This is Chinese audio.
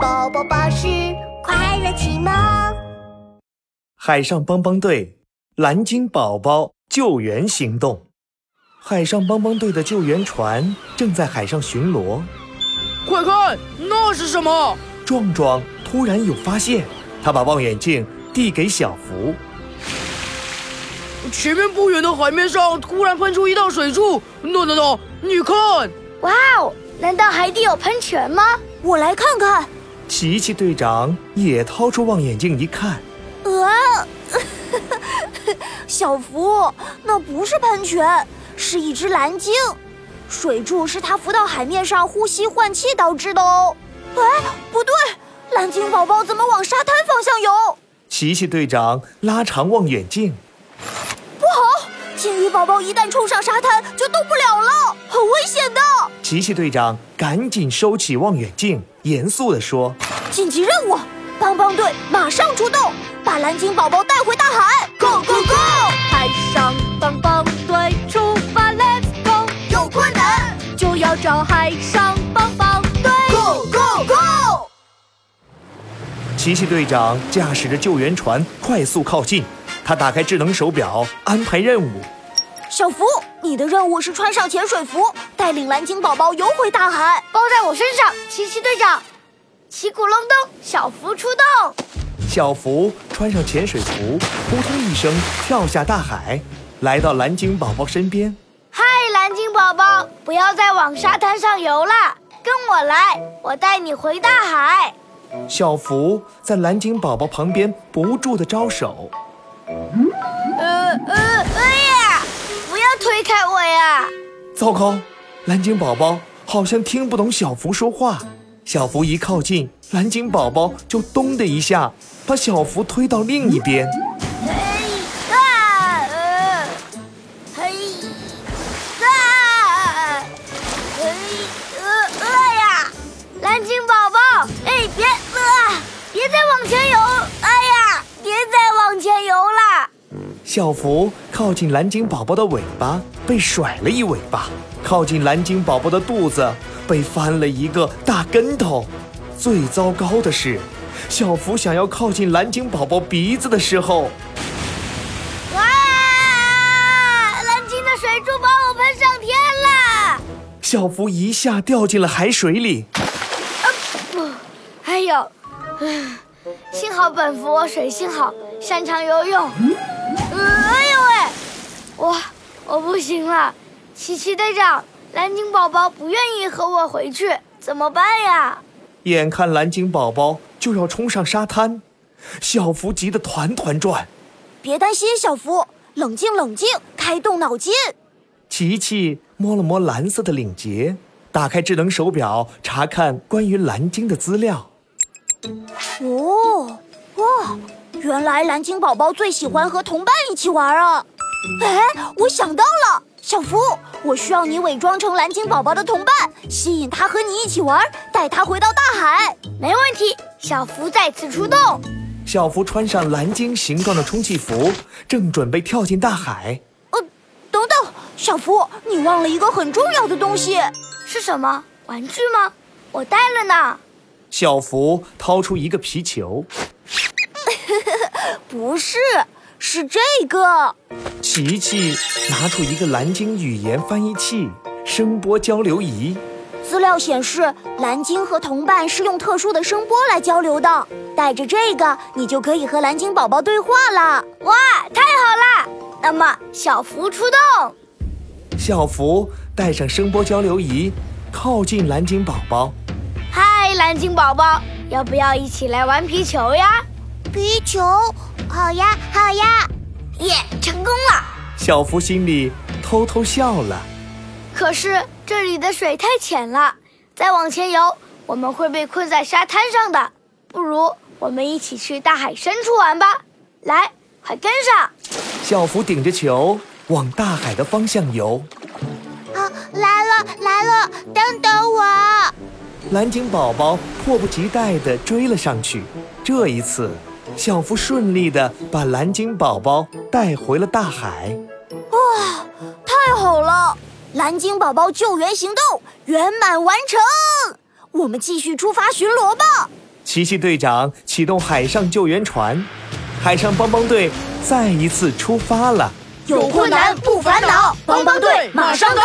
宝宝巴士快乐启蒙。海上帮帮队蓝鲸宝宝救援行动。海上帮帮队的救援船正在海上巡逻，快看，那是什么？壮壮突然有发现，他把望远镜递给小福。前面不远的海面上突然喷出一道水柱，诺诺诺，你看，哇哦，难道海底有喷泉吗？我来看看。琪琪队长也掏出望远镜一看，呃，小福，那不是喷泉，是一只蓝鲸。水柱是它浮到海面上呼吸换气导致的哦。哎，不对，蓝鲸宝宝怎么往沙滩方向游？琪琪队长拉长望远镜，鲸鱼宝宝一旦冲上沙滩就动不了了，很危险的。琪琪队长赶紧收起望远镜，严肃地说紧急任务，帮帮队马上出动，把蓝鲸宝宝带回大海。Go go go！海上帮帮队出发，Let's go！有困难就要找海上帮帮队。 ，Go go go！：“ 琪琪队长驾驶着救援船快速靠近，他打开智能手表安排任务。小福，你的任务是穿上潜水服，带领蓝鲸宝宝游回大海。包在我身上，奇奇队长，旗鼓隆咚，小福出动。小福穿上潜水服，扑通一声跳下大海，来到蓝鲸宝宝身边。嗨，蓝鲸宝宝，不要再往沙滩上游啦，跟我来，我带你回大海。小福在蓝鲸宝宝旁边不住地招手。呃呃，哎呀，不要推开我呀！糟糕，蓝鲸宝宝好像听不懂小福说话。小福一靠近，蓝鲸宝宝就咚的一下把小福推到另一边。哎啊，呃，嘿，啊，嘿，呃呃呀，蓝鲸宝宝，哎，别呃，别再往前游，哎呀，别再往前游啦！小福靠近蓝鲸宝宝的尾巴，被甩了一尾巴；靠近蓝鲸宝宝的肚子，被翻了一个大跟头。最糟糕的是，小福想要靠近蓝鲸宝宝鼻子的时候，哇，蓝鲸的水柱把我喷上天啦！小福一下掉进了海水里。哎呦，唉幸好本福我水性好，擅长游泳。呃哎呦喂，我我不行了，琪琪队长，蓝鲸宝宝不愿意和我回去，怎么办呀？眼看蓝鲸宝宝就要冲上沙滩，小福急得团团转。别担心，小福，冷静冷静，开动脑筋。琪琪摸了摸蓝色的领结，打开智能手表查看关于蓝鲸的资料。哦，哇，原来蓝鲸宝宝最喜欢和同伴一起玩啊！哎，我想到了，小福，我需要你伪装成蓝鲸宝宝的同伴，吸引他和你一起玩，带他回到大海。没问题，小福再次出动。小福穿上蓝鲸形状的充气服，正准备跳进大海。呃，等等，小福，你忘了一个很重要的东西。是什么？玩具吗？我带了呢。小福掏出一个皮球，不是，是这个。琪琪拿出一个蓝鲸语言翻译器、声波交流仪。资料显示，蓝鲸和同伴是用特殊的声波来交流的。带着这个，你就可以和蓝鲸宝宝对话啦。哇，太好啦！那么小福出动。小福带上声波交流仪，靠近蓝鲸宝宝。嗨，蓝鲸宝宝，要不要一起来玩皮球呀？皮球，好呀，好呀。耶、成功了！小福心里偷偷笑了。可是这里的水太浅了，再往前游，我们会被困在沙滩上的。不如我们一起去大海深处玩吧！来，快跟上！小福顶着球往大海的方向游。啊，来了来了，等等我。蓝鲸宝宝迫不及待地追了上去。这一次，小福顺利地把蓝鲸宝宝带回了大海。太好了，蓝鲸宝宝救援行动圆满完成，我们继续出发巡逻吧。奇奇队长启动海上救援船，海上帮帮队再一次出发了。有困难不烦恼，帮帮队马上到。